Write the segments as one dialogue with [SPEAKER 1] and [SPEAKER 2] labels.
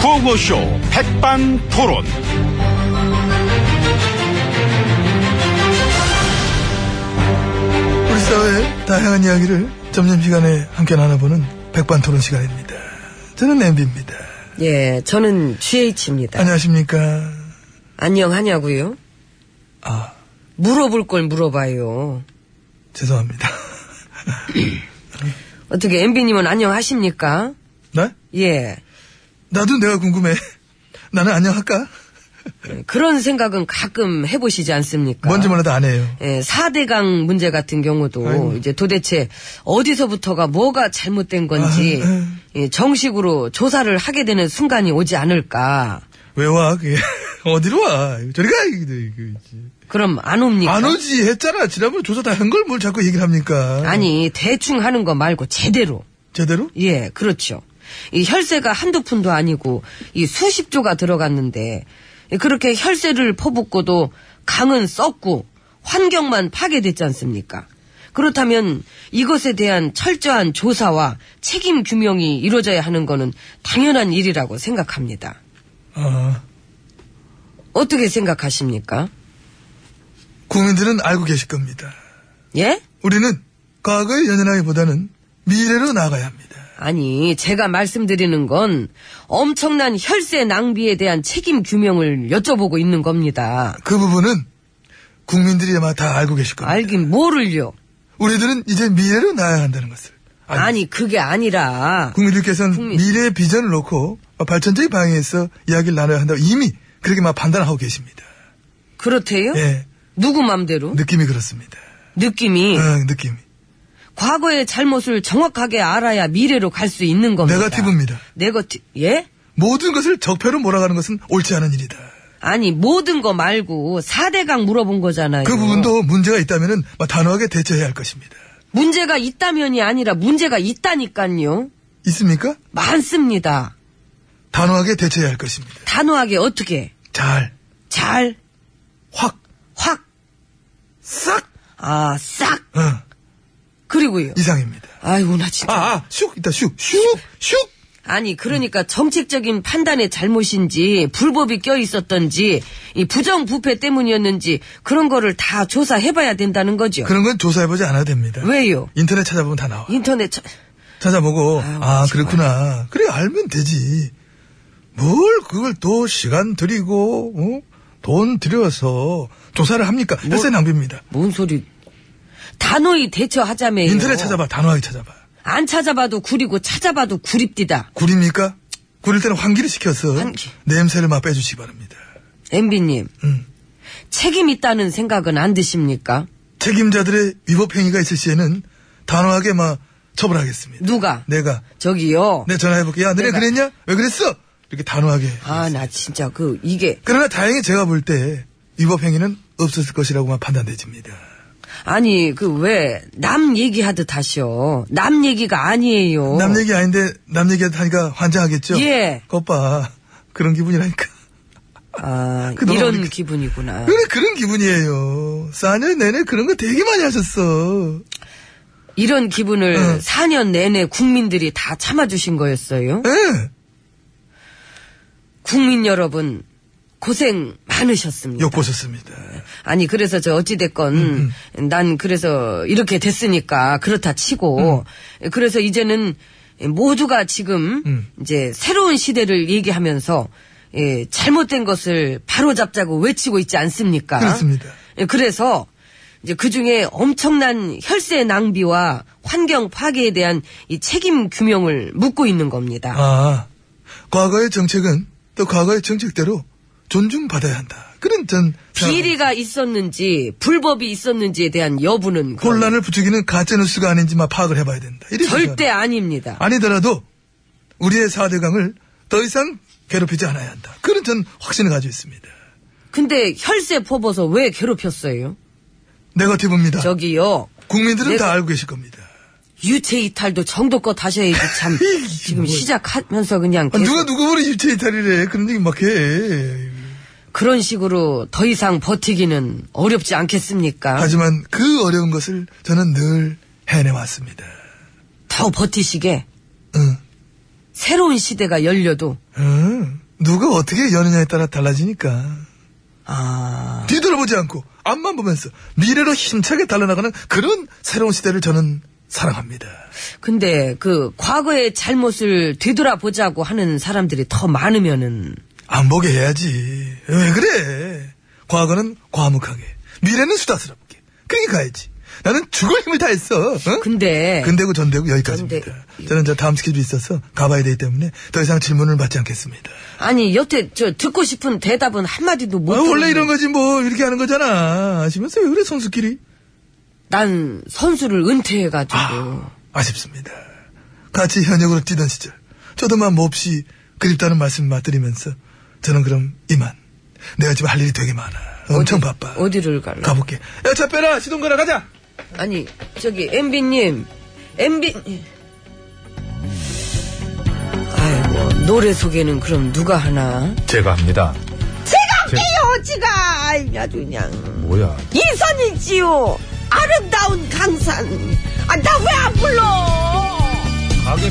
[SPEAKER 1] 구호쇼 백반토론.
[SPEAKER 2] 우리 사회의 다양한 이야기를 점심 시간에 함께 나눠보는 백반 토론 시간입니다. 저는 엠비입니다.
[SPEAKER 3] 예, 저는 GH입니다.
[SPEAKER 2] 안녕하십니까?
[SPEAKER 3] 안녕하냐고요?
[SPEAKER 2] 아,
[SPEAKER 3] 물어볼 걸 물어봐요.
[SPEAKER 2] 죄송합니다.
[SPEAKER 3] 어떻게 MB님은 안녕하십니까?
[SPEAKER 2] 나?
[SPEAKER 3] 예,
[SPEAKER 2] 나도 내가 궁금해. 나는 안녕할까?
[SPEAKER 3] 그런 생각은 가끔 해보시지 않습니까?
[SPEAKER 2] 뭔지 몰라도 안 해요.
[SPEAKER 3] 예, 4대강 문제 같은 경우도
[SPEAKER 2] 아이고.
[SPEAKER 3] 이제 도대체 어디서부터가 뭐가 잘못된 건지
[SPEAKER 2] 아, 아.
[SPEAKER 3] 예, 정식으로 조사를 하게 되는 순간이 오지 않을까.
[SPEAKER 2] 왜 와? 그게 어디로 와? 저리 가! 이거, 이거, 이거.
[SPEAKER 3] 그럼 안 옵니까?
[SPEAKER 2] 안 오지 했잖아. 지난번에 조사 다 한 걸 뭘 자꾸 얘기를 합니까?
[SPEAKER 3] 아니, 대충 하는 거 말고 제대로.
[SPEAKER 2] 제대로?
[SPEAKER 3] 예, 그렇죠. 이 혈세가 한두 푼도 아니고 이 수십조가 들어갔는데 그렇게 혈세를 퍼붓고도 강은 썩고 환경만 파괴됐지 않습니까? 그렇다면 이것에 대한 철저한 조사와 책임 규명이 이루어져야 하는 거는 당연한 일이라고 생각합니다.
[SPEAKER 2] 아,
[SPEAKER 3] 어떻게 생각하십니까?
[SPEAKER 2] 국민들은 알고 계실 겁니다.
[SPEAKER 3] 예?
[SPEAKER 2] 우리는 과거에 연연하기보다는 미래로 나아가야 합니다.
[SPEAKER 3] 아니, 제가 말씀드리는 건 엄청난 혈세 낭비에 대한 책임 규명을 여쭤보고 있는 겁니다.
[SPEAKER 2] 그 부분은 국민들이 아마 다 알고 계실 겁니다.
[SPEAKER 3] 알긴 뭐를요?
[SPEAKER 2] 우리들은 이제 미래로 나아야 한다는 것을. 알고
[SPEAKER 3] 아니 그게 아니라
[SPEAKER 2] 국민들께서는
[SPEAKER 3] 국민-
[SPEAKER 2] 미래의 비전을 놓고 어, 발전적인 방향에서 이야기를 나눠야 한다고 이미 그렇게 막 판단하고 계십니다.
[SPEAKER 3] 그렇대요? 어?
[SPEAKER 2] 예,
[SPEAKER 3] 누구 맘대로?
[SPEAKER 2] 느낌이 그렇습니다.
[SPEAKER 3] 느낌이
[SPEAKER 2] 어, 느낌이.
[SPEAKER 3] 과거의 잘못을 정확하게 알아야 미래로 갈 수 있는 겁니다.
[SPEAKER 2] 네거티브입니다.
[SPEAKER 3] 네거티 예?
[SPEAKER 2] 모든 것을 적폐로 몰아가는 것은 옳지 않은 일이다.
[SPEAKER 3] 아니 모든 거 말고 4대강 물어본 거잖아요.
[SPEAKER 2] 그 부분도 문제가 있다면 단호하게 대처해야 할 것입니다.
[SPEAKER 3] 문제가 있다면이 아니라 문제가 있다니까요.
[SPEAKER 2] 있습니까?
[SPEAKER 3] 많습니다.
[SPEAKER 2] 단호하게 대처해야 할 것입니다.
[SPEAKER 3] 단호하게 어떻게
[SPEAKER 2] 잘,
[SPEAKER 3] 잘
[SPEAKER 2] 확,
[SPEAKER 3] 확,
[SPEAKER 2] 싹,
[SPEAKER 3] 아, 싹,
[SPEAKER 2] 어,
[SPEAKER 3] 그리고요.
[SPEAKER 2] 예. 이상입니다.
[SPEAKER 3] 아이고, 나 진짜.
[SPEAKER 2] 아, 아, 슉, 이따 슉, 슉, 슉.
[SPEAKER 3] 아니 그러니까 정책적인 판단의 잘못인지 불법이 껴 있었던지 이 부정부패 때문이었는지 그런 거를 다 조사해봐야 된다는 거죠.
[SPEAKER 2] 그런 건 조사해보지 않아도 됩니다.
[SPEAKER 3] 왜요?
[SPEAKER 2] 인터넷 찾아보면 다 나와.
[SPEAKER 3] 인터넷 차...
[SPEAKER 2] 찾아보고,
[SPEAKER 3] 아유,
[SPEAKER 2] 아,
[SPEAKER 3] 정말.
[SPEAKER 2] 그렇구나. 그래, 알면 되지. 뭘 그걸 또 시간 들이고, 어? 돈 들여서 조사를 합니까? 혈세 낭비입니다.
[SPEAKER 3] 뭔 소리? 단호히 대처하자매요.
[SPEAKER 2] 인터넷 찾아봐, 단호하게 찾아봐.
[SPEAKER 3] 안 찾아봐도 구리고 찾아봐도 구립디다.
[SPEAKER 2] 굴입니까? 굴일 때는 환기를 시켜서
[SPEAKER 3] 환기.
[SPEAKER 2] 냄새를 막 빼주시기 바랍니다.
[SPEAKER 3] 엠비님
[SPEAKER 2] 음.
[SPEAKER 3] 책임 있다는 생각은 안 드십니까?
[SPEAKER 2] 책임자들의 위법행위가 있을 시에는 단호하게 막 처벌하겠습니다.
[SPEAKER 3] 누가?
[SPEAKER 2] 내가.
[SPEAKER 3] 저기요.
[SPEAKER 2] 내 전화해볼게. 야, 네. 너네
[SPEAKER 3] 내가.
[SPEAKER 2] 그랬냐? 왜 그랬어? 이렇게 단호하게.
[SPEAKER 3] 아 나 진짜 그 이게
[SPEAKER 2] 그러나 다행히 제가 볼 때 위법 행위는 없었을 것이라고만 판단되집니다.
[SPEAKER 3] 아니 그 왜 남 얘기하듯 하셔. 남 얘기가 아니에요.
[SPEAKER 2] 남 얘기 아닌데 남 얘기하다 하니까 환장하겠죠?
[SPEAKER 3] 예.
[SPEAKER 2] 겉봐 그런 기분이라니까.
[SPEAKER 3] 아,
[SPEAKER 2] 그 너무
[SPEAKER 3] 이런
[SPEAKER 2] 어렵-
[SPEAKER 3] 기분이구나.
[SPEAKER 2] 그래 그런 기분이에요. 4년 내내 그런 거 되게 많이 하셨어.
[SPEAKER 3] 이런 기분을
[SPEAKER 2] 응.
[SPEAKER 3] 4년 내내 국민들이 다 참아주신 거였어요.
[SPEAKER 2] 예.
[SPEAKER 3] 국민 여러분, 고생 많으셨습니다.
[SPEAKER 2] 욕보셨습니다.
[SPEAKER 3] 아니, 그래서 저 어찌됐건, 난 그래서 이렇게 됐으니까, 그렇다 치고, 그래서 이제는 모두가 지금,
[SPEAKER 2] 음.
[SPEAKER 3] 이제 새로운 시대를 얘기하면서, 예, 잘못된 것을 바로잡자고 외치고 있지 않습니까?
[SPEAKER 2] 그렇습니다.
[SPEAKER 3] 예, 그래서 이제 그 중에 엄청난 혈세 낭비와 환경 파괴에 대한 이 책임 규명을 묻고 있는 겁니다.
[SPEAKER 2] 아 과거의 정책은 또 과거의 정책대로 존중받아야 한다. 그런 전
[SPEAKER 3] 비리가 있었는지 불법이 있었는지에 대한 여부는 그럼
[SPEAKER 2] 혼란을 부추기는 가짜 뉴스가 아닌지만 파악을 해봐야 된다. 이래
[SPEAKER 3] 절대 아닙니다.
[SPEAKER 2] 아니더라도 우리의 4대강을 더 이상 괴롭히지 않아야 한다. 그런 전 확신을 가지고 있습니다.
[SPEAKER 3] 근데 혈세 퍼버서 왜 괴롭혔어요?
[SPEAKER 2] 네거티브입니다.
[SPEAKER 3] 저기요. 예.
[SPEAKER 2] 국민들은
[SPEAKER 3] 내가-
[SPEAKER 2] 다 알고 계실 겁니다.
[SPEAKER 3] 유체 이탈도 정도껏 하셔야지 참 지금 시작하면서 그냥
[SPEAKER 2] 뭐. 아,
[SPEAKER 3] 계속
[SPEAKER 2] 누가 누구 보러 유체 이탈이래. 그런 얘기 막 해.
[SPEAKER 3] 그런 식으로 더 이상 버티기는 어렵지 않겠습니까?
[SPEAKER 2] 하지만 그 어려운 것을 저는 늘 해내왔습니다.
[SPEAKER 3] 더 버티시게
[SPEAKER 2] 응,
[SPEAKER 3] 새로운 시대가 열려도
[SPEAKER 2] 응. 누가 어떻게 여느냐에 따라 달라지니까.
[SPEAKER 3] 아,
[SPEAKER 2] 뒤돌아보지 않고 앞만 보면서 미래로 힘차게 달려나가는 그런 새로운 시대를 저는 사랑합니다.
[SPEAKER 3] 근데 그 과거의 잘못을 되돌아보자고 하는 사람들이 더 많으면은
[SPEAKER 2] 안 보게 해야지. 왜 그래? 과거는 과묵하게, 미래는 수다스럽게. 그렇게 가야지. 나는 죽을 힘을 다했어. 응?
[SPEAKER 3] 근데
[SPEAKER 2] 근대고 전대고 여기까지입니다.
[SPEAKER 3] 근데-
[SPEAKER 2] 저는 저 다음 스케줄이 있어서 가봐야 되기 때문에 더 이상 질문을 받지 않겠습니다.
[SPEAKER 3] 아니 여태 저 듣고 싶은 대답은 한마디도 못
[SPEAKER 2] 아, 원래
[SPEAKER 3] 들었는데
[SPEAKER 2] 이런 거지 뭐 이렇게 하는 거잖아. 아시면서 왜 그래 선수끼리?
[SPEAKER 3] 난 선수를 은퇴해가지고
[SPEAKER 2] 아, 아쉽습니다. 같이 현역으로 뛰던 시절, 저도만 몹시 그립다는 말씀 맞드리면서, 저는 그럼 이만. 내가 지금 할 일이 되게 많아. 엄청
[SPEAKER 3] 어디-
[SPEAKER 2] 바빠.
[SPEAKER 3] 어디를 갈래?
[SPEAKER 2] 가볼게. 야, 차 빼라! 시동 가라, 가자!
[SPEAKER 3] 아니 저기 MB님 MB 아이고 노래 소개는 그럼 누가 하나?
[SPEAKER 1] 제가 합니다.
[SPEAKER 3] 여지가 아주 그냥
[SPEAKER 1] 뭐야.
[SPEAKER 3] 이선이지요 아름다운 강산 아 나 왜 안 불러
[SPEAKER 1] 가게.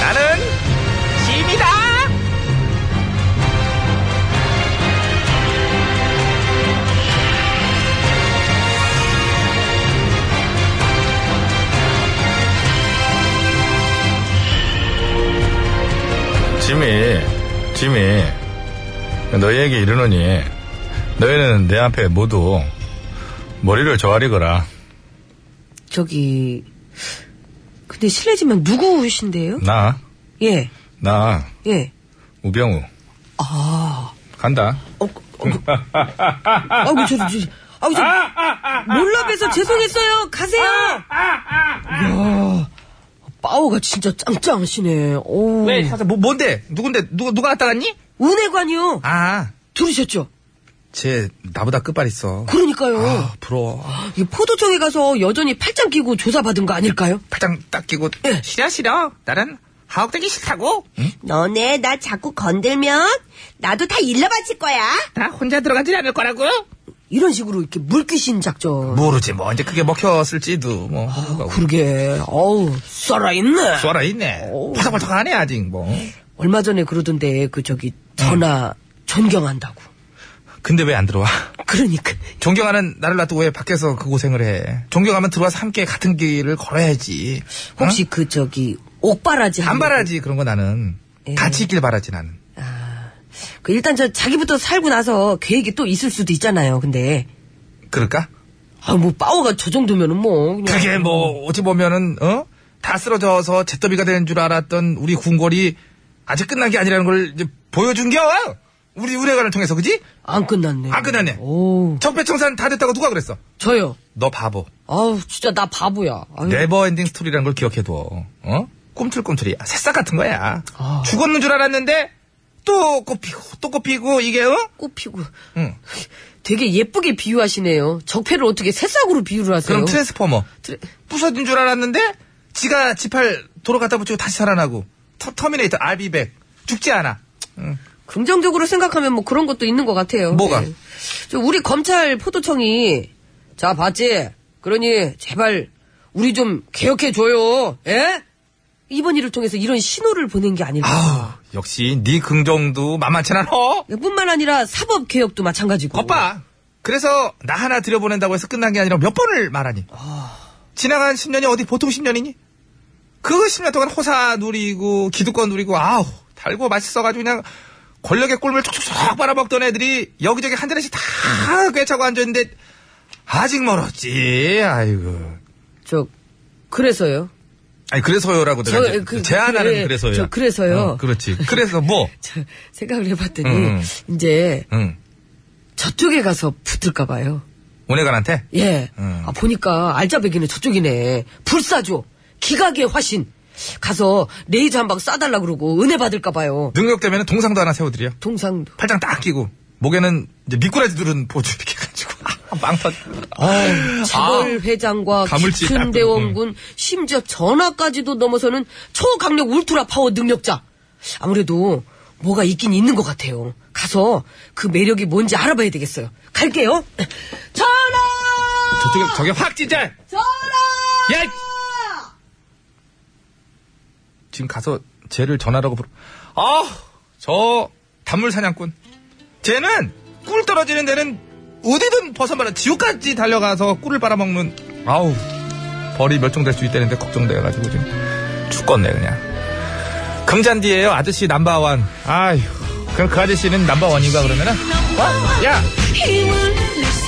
[SPEAKER 1] 나는 짐이다! 짐이, 짐이, 너희에게 이르노니, 너희는 내 앞에 모두 머리를 조아리거라.
[SPEAKER 3] 저기 근데 실례지만 누구신데요?
[SPEAKER 1] 나,
[SPEAKER 3] 예
[SPEAKER 1] 나,
[SPEAKER 3] 예.
[SPEAKER 1] 우병우. 간다.
[SPEAKER 3] 어, 어, 그, 아우, 그, 저, 저, 저, 아우, 저, 몰라 뵈서 죄송했어요. 가세요. 이야, 빠오가 진짜 짱짱하시네. 오.
[SPEAKER 4] 왜 사서 뭐 뭔데 누군데 누가 누가 갖다 놨니?
[SPEAKER 3] 은혜관이요.
[SPEAKER 4] 아,
[SPEAKER 3] 들으셨죠?
[SPEAKER 4] 쟤 나보다 끝발 있어.
[SPEAKER 3] 그러니까요.
[SPEAKER 4] 아, 부러워. 아,
[SPEAKER 3] 이 포도청에 가서 여전히 팔짱 끼고 조사받은 거 아닐까요?
[SPEAKER 4] 팔짱 딱 끼고 싫어 싫어. 나는 하옥되기 싫다고.
[SPEAKER 3] 너네 나 자꾸 건들면 나도 다 일러 바칠 거야.
[SPEAKER 4] 나 혼자 들어가지 않을 거라고.
[SPEAKER 3] 이런 식으로 이렇게 물귀신 작전.
[SPEAKER 4] 모르지 뭐 이제 그게 먹혔을지도 뭐.
[SPEAKER 3] 아, 그러게. 어우, 썰어있네.
[SPEAKER 4] 쏘라 있네.
[SPEAKER 3] 오.
[SPEAKER 4] 바삭바삭하네 아직 뭐.
[SPEAKER 3] 얼마 전에 그러던데 그 저기 전화 존경한다고.
[SPEAKER 4] 근데 왜 안 들어와?
[SPEAKER 3] 그러니까
[SPEAKER 4] 존경하는 나를 놔두고 왜 밖에서 그 고생을 해? 존경하면 들어와서 함께 같은 길을 걸어야지. 어?
[SPEAKER 3] 혹시 그 저기 옥바라지
[SPEAKER 4] 안
[SPEAKER 3] 하는
[SPEAKER 4] 바라지 그런 거 나는.
[SPEAKER 3] 예.
[SPEAKER 4] 같이 있길 바라지 나는.
[SPEAKER 3] 그 일단 저 자기부터 살고 나서 계획이 또 있을 수도 있잖아요. 근데
[SPEAKER 4] 그럴까?
[SPEAKER 3] 아 뭐 파워가 저 정도면은 뭐 그냥
[SPEAKER 4] 그게 뭐 어찌 보면은 어? 다 쓰러져서 잿더비가 되는 줄 알았던 우리 궁궐이 아직 끝난 게 아니라는 걸 이제 보여준 게 우리 의뢰관을 통해서 그지?
[SPEAKER 3] 안 끝났네.
[SPEAKER 4] 안 끝났네.
[SPEAKER 3] 오
[SPEAKER 4] 적폐청산 다 됐다고 누가 그랬어?
[SPEAKER 3] 저요.
[SPEAKER 4] 너 바보.
[SPEAKER 3] 아우 진짜 나 바보야. 아유,
[SPEAKER 4] 네버엔딩 스토리라는 걸 기억해둬. 어? 꿈틀꿈틀이야. 새싹 같은 거야.
[SPEAKER 3] 아.
[SPEAKER 4] 죽었는 줄 알았는데 또 꽃피고 또 꽃피고 이게 어?
[SPEAKER 3] 꽃 피고
[SPEAKER 4] 응.
[SPEAKER 3] 되게 예쁘게 비유하시네요. 적폐를 어떻게 새싹으로 비유를 하세요?
[SPEAKER 4] 그럼 트랜스포머.
[SPEAKER 3] 트레-
[SPEAKER 4] 부서진 줄 알았는데 지가 지팔 도로 갖다 붙이고 다시 살아나고 터, 터미네이터 알비백 죽지 않아. 응.
[SPEAKER 3] 긍정적으로 생각하면 뭐 그런 것도 있는 것 같아요.
[SPEAKER 4] 뭐가?
[SPEAKER 3] 네. 저 우리 검찰 포도청이 자 봤지? 그러니 제발 우리 좀 개혁해줘요. 예? 이번 일을 통해서 이런 신호를 보낸 게 아닐까.
[SPEAKER 2] 아 역시 네 긍정도 만만치 않아.
[SPEAKER 3] 예, 뿐만 아니라 사법 개혁도 마찬가지고.
[SPEAKER 2] 겉봐. 그래서 나 하나 들여보낸다고 해서 끝난 게 아니라 몇 번을 말하니.
[SPEAKER 3] 아.
[SPEAKER 2] 지나간 10년이 어디 보통 10년이니? 그 10년 동안 호사 누리고 기득권 누리고 아우 달고 맛있어가지고 그냥 권력의 꿀물 촉촉촉 빨아먹던 애들이 여기저기 한 자리씩 다 꿰차고 앉아있는데 아직 멀었지. 아이고.
[SPEAKER 3] 저, 그래서요.
[SPEAKER 2] 아니 그래서요라고
[SPEAKER 3] 저,
[SPEAKER 2] 내가 이제
[SPEAKER 3] 그,
[SPEAKER 2] 제안하는
[SPEAKER 3] 그,
[SPEAKER 2] 그래서요.
[SPEAKER 3] 저 그래서요.
[SPEAKER 2] 어, 그렇지. 그래서 뭐?
[SPEAKER 3] 저, 생각을 해봤더니,
[SPEAKER 2] 음.
[SPEAKER 3] 이제
[SPEAKER 2] 응.
[SPEAKER 3] 저쪽에 가서 붙을까봐요.
[SPEAKER 2] 오네간한테
[SPEAKER 3] 예.
[SPEAKER 2] 음.
[SPEAKER 3] 아, 보니까 알짜배기는 저쪽이네. 불사조. 기각의 화신. 가서 레이저 한 방 쏴달라 그러고 은혜 받을까봐요.
[SPEAKER 2] 능력 되면 동상도 하나 세워드려.
[SPEAKER 3] 동상도.
[SPEAKER 2] 팔짱 딱 끼고 목에는 이제 미꾸라지 두른 보조 이렇게 가지고 아, 망판.
[SPEAKER 3] 차벌 회장과
[SPEAKER 2] 아. 가물치
[SPEAKER 3] 깊은
[SPEAKER 2] 딱
[SPEAKER 3] 대원군, 심지어 전화까지도 넘어서는 초강력 울트라 파워 능력자. 아무래도 뭐가 있긴 있는 것 같아요. 가서 그 매력이 뭔지 알아봐야 되겠어요. 갈게요. 전화!
[SPEAKER 2] 저쪽에 저게 확 진짜.
[SPEAKER 3] 전화!
[SPEAKER 2] 야. 이- 지금 가서 쟤를 전화라고 부르. 아, 아저 단물 사냥꾼. 쟤는 꿀 떨어지는 데는 어디든 벗어나라 지옥까지 달려가서 꿀을 빨아먹는. 아우 벌이 멸종될 수 있다는데 걱정돼가지고 지금 죽겠네 그냥. 금잔디예요 아저씨 남바원. 아휴 그럼 그 아저씨는 남바원인가 그러면은? 어? 야.
[SPEAKER 5] He won't listen.